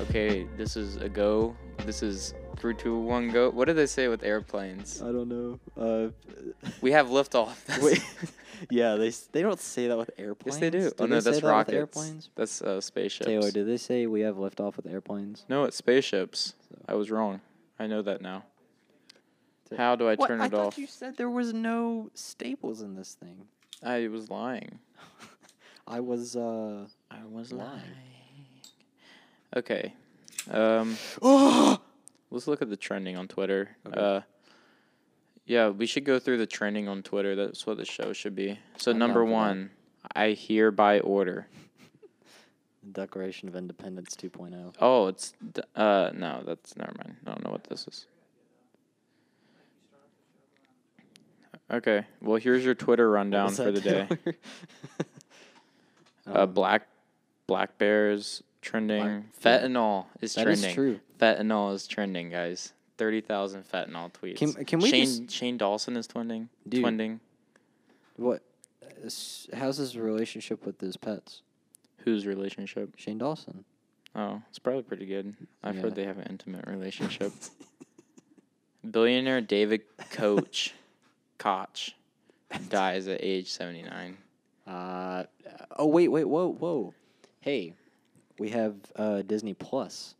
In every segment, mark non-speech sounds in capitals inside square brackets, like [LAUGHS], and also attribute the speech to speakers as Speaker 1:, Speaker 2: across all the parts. Speaker 1: okay, this is a go. This is three, two, one, go. What do they say with airplanes?
Speaker 2: I don't know.
Speaker 1: [LAUGHS]
Speaker 2: Uh,
Speaker 1: We have liftoff. [LAUGHS] That's-
Speaker 2: wait. [LAUGHS] yeah, they s- they don't say that with airplanes.
Speaker 1: yes, they do. oh
Speaker 2: they
Speaker 1: no, that's
Speaker 2: say that with
Speaker 1: rockets.
Speaker 2: airplanes.
Speaker 1: That's uh, spaceships.
Speaker 2: Taylor, did they say we have liftoff with airplanes?
Speaker 1: No, it's spaceships.
Speaker 2: So-
Speaker 1: I was wrong. I know that now.
Speaker 2: Ta-
Speaker 1: How do I turn
Speaker 2: I
Speaker 1: it
Speaker 2: thought
Speaker 1: off?
Speaker 2: you said there was no staples in this thing.
Speaker 1: I was lying.
Speaker 2: [LAUGHS] I
Speaker 1: [GASPS]
Speaker 2: was uh.
Speaker 1: I was
Speaker 2: Lying.
Speaker 1: lying. Okay. Um,
Speaker 2: Oh!
Speaker 1: let's look at the trending on Twitter.
Speaker 2: Okay.
Speaker 1: Uh, yeah, we should go through the trending on Twitter. That's what the show should be. So
Speaker 2: I'm down
Speaker 1: number
Speaker 2: for that.
Speaker 1: one, I hereby order.
Speaker 2: Declaration of Independence 2.0.
Speaker 1: Oh, it's d- uh no, that's never mind. I don't know what this is. Okay, well here's your Twitter rundown
Speaker 2: Was
Speaker 1: for the
Speaker 2: that
Speaker 1: day. [LAUGHS]
Speaker 2: Taylor?
Speaker 1: uh,
Speaker 2: Um,
Speaker 1: black black bears trending.
Speaker 2: yeah.
Speaker 1: Fentanyl is
Speaker 2: That is
Speaker 1: trending.
Speaker 2: true.
Speaker 1: Fentanyl is trending, guys. Thirty thousand fentanyl tweets.
Speaker 2: Can- can we
Speaker 1: Shane
Speaker 2: just-
Speaker 1: Shane Dawson is twending.
Speaker 2: Dude.
Speaker 1: Twending.
Speaker 2: What? s- How's his relationship with his pets?
Speaker 1: Whose relationship?
Speaker 2: Shane Dawson.
Speaker 1: Oh, it's probably pretty good. I've
Speaker 2: Yeah.
Speaker 1: heard they have an intimate
Speaker 2: [LAUGHS]
Speaker 1: relationship. Billionaire David Koch, Koch, dies at age seventy nine.
Speaker 2: Uh, oh wait, wait, whoa, whoa. Hey, we have uh, Disney Plus.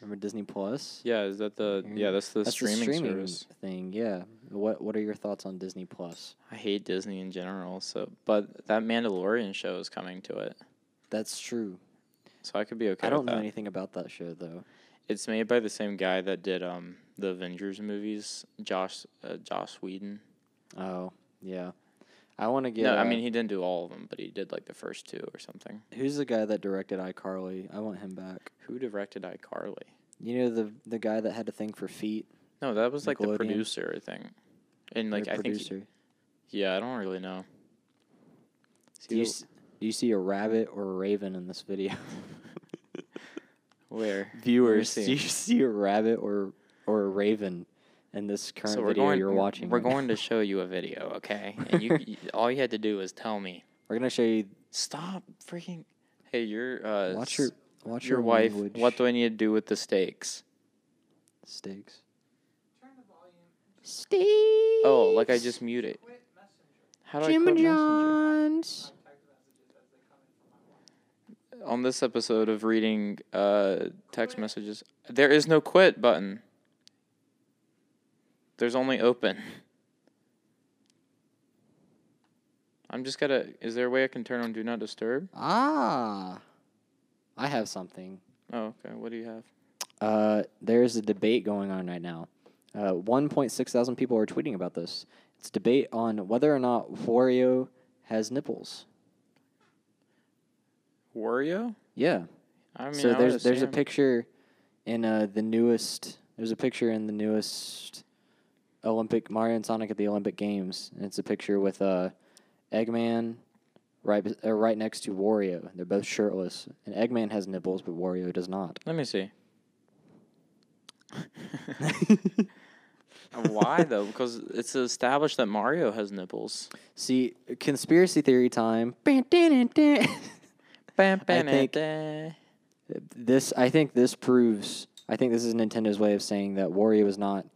Speaker 2: Remember Disney Plus?
Speaker 1: Yeah, is that the
Speaker 2: Mhm.
Speaker 1: yeah? That's the
Speaker 2: That's
Speaker 1: streaming,
Speaker 2: the streaming
Speaker 1: service.
Speaker 2: thing. Yeah. What What are your thoughts on Disney Plus?
Speaker 1: I hate Disney in general. So, but that Mandalorian show is coming to it,
Speaker 2: That's true.
Speaker 1: so I could be okay.
Speaker 2: I
Speaker 1: with
Speaker 2: don't know
Speaker 1: that.
Speaker 2: anything about that show though.
Speaker 1: It's made by the same guy that did um the Avengers movies, Josh uh, Josh Whedon.
Speaker 2: Oh yeah, I want to get.
Speaker 1: No, I
Speaker 2: uh,
Speaker 1: mean he didn't do all of them, but he did like the first two or something.
Speaker 2: who's the guy that directed iCarly? I want him back.
Speaker 1: Who directed iCarly?
Speaker 2: You know the the guy that had a thing for feet.
Speaker 1: No, that was like the
Speaker 2: Nickelodeon?
Speaker 1: producer, I think. And
Speaker 2: Or
Speaker 1: like I
Speaker 2: producer.
Speaker 1: think yeah, I don't really know.
Speaker 2: do you
Speaker 1: See,
Speaker 2: s- do you see a rabbit or a raven in this video? [LAUGHS]
Speaker 1: where
Speaker 2: viewers,
Speaker 1: see.
Speaker 2: do you see a rabbit or or a raven in this current
Speaker 1: so we're
Speaker 2: video
Speaker 1: going
Speaker 2: you're watching?
Speaker 1: We're
Speaker 2: right now?
Speaker 1: going to show you a video, okay? And you, you all you had to do was tell me.
Speaker 2: [LAUGHS] We're gonna show you.
Speaker 1: Stop freaking Hey, your uh
Speaker 2: Watch your
Speaker 1: s-
Speaker 2: watch
Speaker 1: your wife.
Speaker 2: language
Speaker 1: What do I need to do with the steaks?
Speaker 2: steaks.
Speaker 3: Turn the volume.
Speaker 2: Steaks.
Speaker 1: Oh, like I just mute it.
Speaker 3: Quit messenger.
Speaker 1: How do I
Speaker 2: Jim
Speaker 1: quit
Speaker 2: and
Speaker 1: Messenger?
Speaker 2: John's.
Speaker 3: Type the messages as they come in from my wall.
Speaker 1: on this episode of reading uh, text messages, there is no quit button. There's only open. I'm just gonna. Is there a way I can turn on Do Not Disturb?
Speaker 2: Ah, I have something.
Speaker 1: Oh, okay. What do you have?
Speaker 2: Uh, there's a debate going on right now. Uh, 1.6 thousand people are tweeting about this. It's a debate on whether or not Wario has nipples.
Speaker 1: Wario?
Speaker 2: Yeah.
Speaker 1: I mean,
Speaker 2: so
Speaker 1: I would
Speaker 2: there's there's a
Speaker 1: assume-
Speaker 2: picture in uh, the newest there's a picture in the newest Olympic Mario and Sonic at the Olympic Games, and it's a picture with uh, Eggman right bes- uh, right next to Wario. They're both shirtless, and Eggman has nipples, but Wario does not.
Speaker 1: Let me
Speaker 2: [LAUGHS]
Speaker 1: see. [LAUGHS] Why though? Because it's established that Mario has nipples.
Speaker 2: [LAUGHS] See, conspiracy theory
Speaker 1: [LAUGHS]
Speaker 2: time. [LAUGHS]
Speaker 1: Bam,
Speaker 2: I think-
Speaker 1: bam,
Speaker 2: this I think this proves I think this is Nintendo's way of saying that Wario is not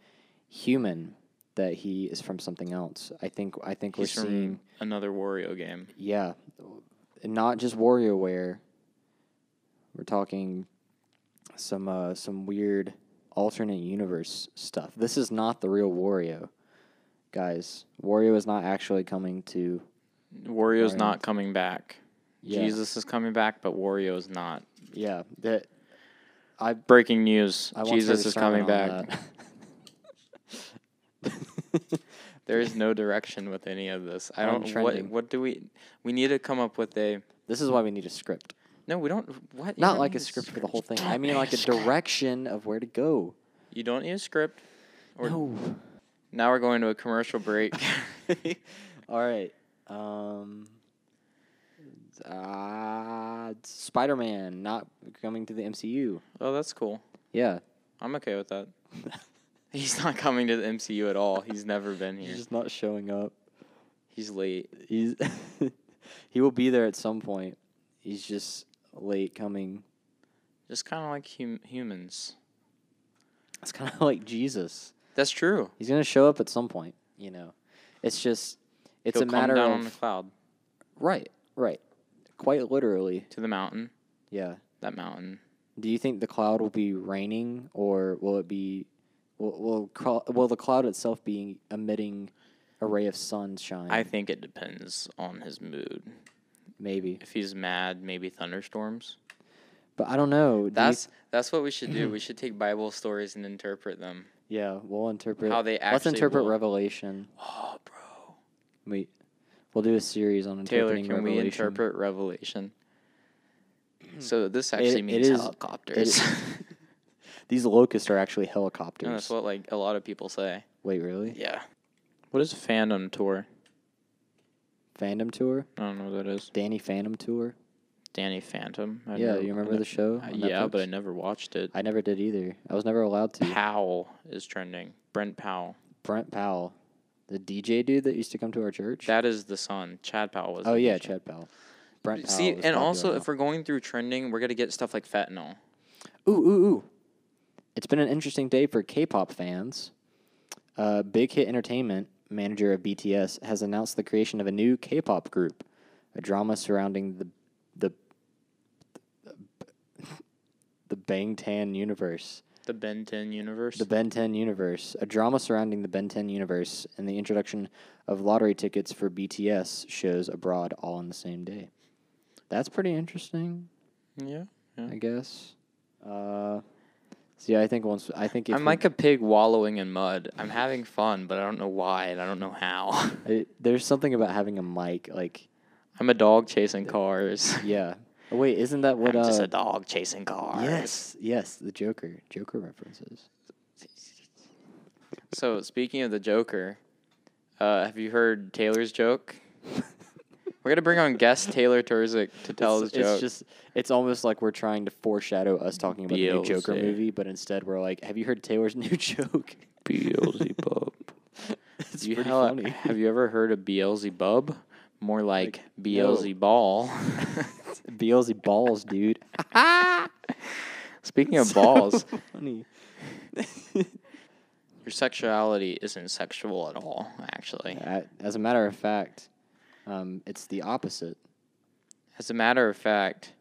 Speaker 2: human, that he is from something else. I think I think
Speaker 1: He's
Speaker 2: we're seeing
Speaker 1: from another Wario game.
Speaker 2: Yeah. And not just WarioWare. We're talking some uh, some weird alternate universe stuff. This is not the real Wario. Guys, Wario is not actually coming to
Speaker 1: Wario's
Speaker 2: Wario's-
Speaker 1: not coming back.
Speaker 2: yeah,
Speaker 1: Jesus is coming back, but Wario is not.
Speaker 2: Yeah. That I
Speaker 1: Breaking news:
Speaker 2: I once heard
Speaker 1: Jesus
Speaker 2: a
Speaker 1: is
Speaker 2: sermon
Speaker 1: coming
Speaker 2: on
Speaker 1: back. [LAUGHS] There is no direction with any of this. I
Speaker 2: On
Speaker 1: don't. What,
Speaker 2: trending.
Speaker 1: what do we? We need to come up with a.
Speaker 2: [LAUGHS] this is why we need a script.
Speaker 1: No, we don't. What? You
Speaker 2: Not
Speaker 1: don't
Speaker 2: like
Speaker 1: need
Speaker 2: a script for the whole thing.
Speaker 1: You
Speaker 2: I
Speaker 1: don't
Speaker 2: mean
Speaker 1: need
Speaker 2: like a
Speaker 1: script.
Speaker 2: direction of where to go.
Speaker 1: You don't need a script. Or
Speaker 2: No.
Speaker 1: Now we're going to a commercial
Speaker 2: [LAUGHS]
Speaker 1: break. [LAUGHS]
Speaker 2: All right. Um, uh, Spider Man not coming to the MCU.
Speaker 1: oh, that's cool.
Speaker 2: Yeah. [LAUGHS]
Speaker 1: I'm okay with that. He's not coming to the MCU at all. He's never been here.
Speaker 2: He's just not showing up.
Speaker 1: He's late.
Speaker 2: He's [LAUGHS] he will be there at some point. He's just late coming.
Speaker 1: Just kind of like hum- humans.
Speaker 2: It's kind of like Jesus.
Speaker 1: That's true.
Speaker 2: He's gonna show up at some point. You know, it's just it's
Speaker 1: He'll
Speaker 2: a
Speaker 1: come
Speaker 2: matter
Speaker 1: down
Speaker 2: of
Speaker 1: on the cloud
Speaker 2: right, right, quite literally.
Speaker 1: to the mountain.
Speaker 2: Yeah.
Speaker 1: That mountain.
Speaker 2: Do you think the cloud will be raining, or will it be? Will will, cl- will the cloud itself be emitting a ray of sunshine?
Speaker 1: I think it depends on his mood.
Speaker 2: maybe,
Speaker 1: If he's mad, maybe thunderstorms.
Speaker 2: but I don't know. Do you-
Speaker 1: That's that's what we should
Speaker 2: [CLEARS THROAT]
Speaker 1: do. we should take Bible stories and interpret them.
Speaker 2: yeah. We'll interpret
Speaker 1: How they
Speaker 2: Let's
Speaker 1: actually
Speaker 2: interpret
Speaker 1: will.
Speaker 2: Revelation.
Speaker 1: Oh, bro.
Speaker 2: We we'll do a series on
Speaker 1: Taylor,
Speaker 2: interpreting
Speaker 1: can we
Speaker 2: Revelation. Hmm.
Speaker 1: interpret Revelation? so this
Speaker 2: it
Speaker 1: actually means
Speaker 2: is- [LAUGHS] it-
Speaker 1: helicopters.
Speaker 2: These locusts are
Speaker 1: [LAUGHS]
Speaker 2: actually
Speaker 1: No,
Speaker 2: helicopters.
Speaker 1: that's what like a lot of people say.
Speaker 2: Wait, really?
Speaker 1: Yeah. What is fandom tour?
Speaker 2: Phantom tour?
Speaker 1: I don't know what that is.
Speaker 2: Danny Phantom tour?
Speaker 1: Danny Phantom. I
Speaker 2: yeah,
Speaker 1: never-
Speaker 2: you
Speaker 1: I
Speaker 2: remember
Speaker 1: ne-
Speaker 2: the show?
Speaker 1: I-
Speaker 2: on
Speaker 1: yeah, but I
Speaker 2: Netflix?
Speaker 1: never watched it.
Speaker 2: I never did either. I was never allowed to.
Speaker 1: Powell is trending. Brent Powell.
Speaker 2: Brent Powell, the DJ dude that used to come to our church.
Speaker 1: That is the son. Chad Powell was.
Speaker 2: oh
Speaker 1: the
Speaker 2: yeah,
Speaker 1: teacher.
Speaker 2: Chad Powell. Brent Powell.
Speaker 1: See,
Speaker 2: was
Speaker 1: and
Speaker 2: popular
Speaker 1: also
Speaker 2: now.
Speaker 1: if we're going through trending, we're gonna get stuff like fentanyl.
Speaker 2: ooh ooh ooh, it's been an interesting day for K-pop fans. Uh, Big Hit Entertainment, manager of BTS, has announced the creation of a new K-pop group, a drama surrounding the the [LAUGHS] the Bangtan universe.
Speaker 1: The Ben 10 universe.
Speaker 2: The Ben 10 universe, a drama surrounding the Ben 10 universe, and the introduction of lottery tickets for BTS shows abroad all on the same day. That's pretty interesting,
Speaker 1: yeah.
Speaker 2: I guess. Uh, see, I think once I think if
Speaker 1: I'm
Speaker 2: we-
Speaker 1: like a pig wallowing in mud. I'm having fun, but I don't know why and I don't know how. [LAUGHS]
Speaker 2: I- there's something about having a mic, like
Speaker 1: I'm a dog chasing cars.
Speaker 2: yeah. Oh, wait, isn't that what?
Speaker 1: I'm
Speaker 2: uh,
Speaker 1: just a dog chasing cars.
Speaker 2: yes, yes, the Joker, Joker references.
Speaker 1: So speaking of the Joker, uh, have you heard Taylor's
Speaker 2: [LAUGHS]
Speaker 1: joke? We're gonna bring on guest Taylor Turzik to tell
Speaker 2: it's,
Speaker 1: his joke.
Speaker 2: it's just it's almost like we're trying to foreshadow us talking about the new Joker
Speaker 1: BLC.
Speaker 2: movie, but instead we're like, have you heard Taylor's [LAUGHS] new joke?
Speaker 1: [LAUGHS] Beelzebub.
Speaker 2: It's
Speaker 1: you
Speaker 2: pretty
Speaker 1: hella- [LAUGHS]
Speaker 2: funny.
Speaker 1: Have you ever heard of Beelzebub? More like,
Speaker 2: no. [LAUGHS]
Speaker 1: Beelzeball.
Speaker 2: Beelzy balls, dude.
Speaker 1: [LAUGHS] Speaking of [LAUGHS]
Speaker 2: [LAUGHS]
Speaker 1: balls,
Speaker 2: So funny.
Speaker 1: your sexuality isn't sexual at all, actually.
Speaker 2: A- As a matter of fact, um, it's the opposite.
Speaker 1: As a matter of fact,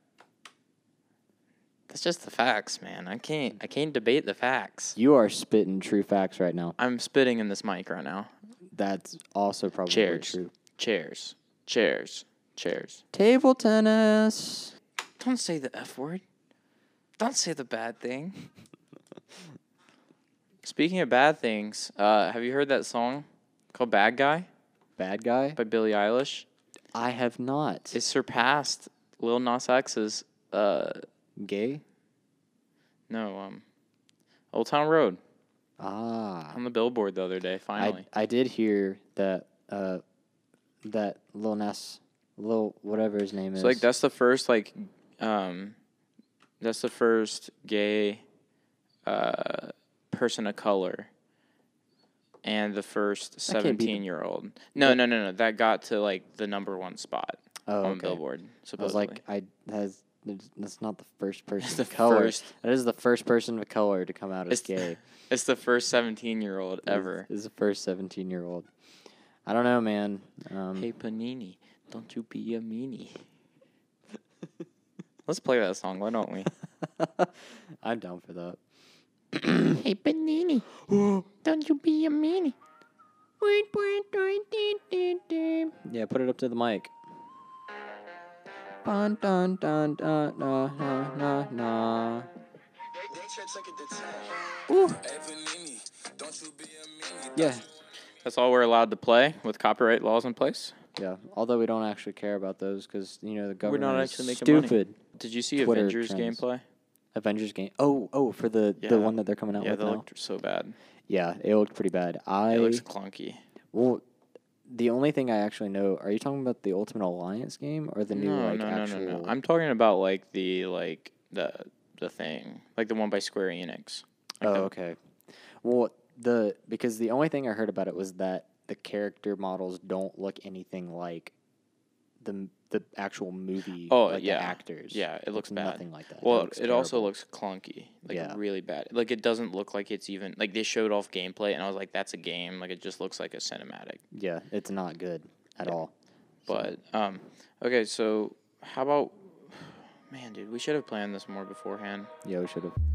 Speaker 1: that's just the facts, man. I can't I can't debate the facts.
Speaker 2: You are spitting true facts right now.
Speaker 1: I'm spitting in this mic right now.
Speaker 2: That's also probably
Speaker 1: Cheers.
Speaker 2: true.
Speaker 1: Chairs. Chairs. Chairs.
Speaker 2: Table tennis.
Speaker 1: Don't say the F word. Don't say the bad thing. [LAUGHS] Speaking of bad things, uh, have you heard that song called Bad Guy
Speaker 2: Bad guy.
Speaker 1: by Billie Eilish?
Speaker 2: I have not.
Speaker 1: It surpassed Lil Nas X's, uh,
Speaker 2: gay.
Speaker 1: no, um, Old Town Road
Speaker 2: Ah.
Speaker 1: on the billboard the other day,
Speaker 2: I,
Speaker 1: finally.
Speaker 2: I did hear that uh, that Lil Nas, Lil whatever his name is.
Speaker 1: so, like, that's the first, like, um, that's the first gay uh, person of color and the first
Speaker 2: That can't be the-
Speaker 1: 17 year old. No, no, no, no. That got to like the number one spot
Speaker 2: oh,
Speaker 1: on
Speaker 2: okay.
Speaker 1: Billboard.
Speaker 2: I was
Speaker 1: Supposedly.
Speaker 2: like, I has that's not the
Speaker 1: [LAUGHS]
Speaker 2: first person
Speaker 1: the
Speaker 2: of color.
Speaker 1: first-
Speaker 2: That is the first person of color to come out as
Speaker 1: It's-
Speaker 2: gay
Speaker 1: it's the first 17 year old [LAUGHS] ever.
Speaker 2: This is the first seventeen year old. I don't know, man. Um,
Speaker 1: Hey, Panini, don't you be a meanie. Let's play that song, why don't
Speaker 2: [LAUGHS]
Speaker 1: we?
Speaker 2: [LAUGHS] I'm down for that.
Speaker 1: hey, [GASPS] Panini, don't you be a meanie.
Speaker 2: Yeah, put it up to the mic. Dun, dun, dun, dun, na, na, na, na. Yeah,
Speaker 1: That's all we're allowed to play with copyright laws in place.
Speaker 2: yeah. Although we don't actually care about those because you know the
Speaker 1: We're
Speaker 2: government
Speaker 1: not
Speaker 2: is
Speaker 1: actually making money.
Speaker 2: stupid.
Speaker 1: Did you see
Speaker 2: Twitter
Speaker 1: Avengers
Speaker 2: trends.
Speaker 1: gameplay?
Speaker 2: Avengers game. Oh, oh, for the
Speaker 1: Yeah.
Speaker 2: the one that they're coming out
Speaker 1: Yeah,
Speaker 2: with
Speaker 1: that
Speaker 2: now.
Speaker 1: looked so bad.
Speaker 2: yeah, it looked pretty bad. I
Speaker 1: It looks clunky.
Speaker 2: well, the only thing I actually know. Are you talking about the Ultimate Alliance game or the new
Speaker 1: no,
Speaker 2: like
Speaker 1: no, no,
Speaker 2: actual?
Speaker 1: no, no. I'm talking about like the like the the thing, like the one by Square Enix. Like
Speaker 2: oh,
Speaker 1: the-
Speaker 2: okay. Well, the because the only thing I heard about it was that the character models don't look anything like the m- the actual movie.
Speaker 1: Oh,
Speaker 2: like
Speaker 1: yeah.
Speaker 2: the actors.
Speaker 1: Yeah, it looks bad.
Speaker 2: nothing like that. It
Speaker 1: Well, it,
Speaker 2: looks
Speaker 1: also
Speaker 2: terrible.
Speaker 1: looks clunky, like
Speaker 2: Yeah.
Speaker 1: really bad. Like it doesn't look like it's even like they showed off gameplay, and I was like, "That's a game." Like it just looks like a cinematic.
Speaker 2: yeah, it's not good at all.
Speaker 1: But um, [SIGHS] okay, so how about man, dude? We should have planned this more beforehand.
Speaker 2: Yeah, we should have.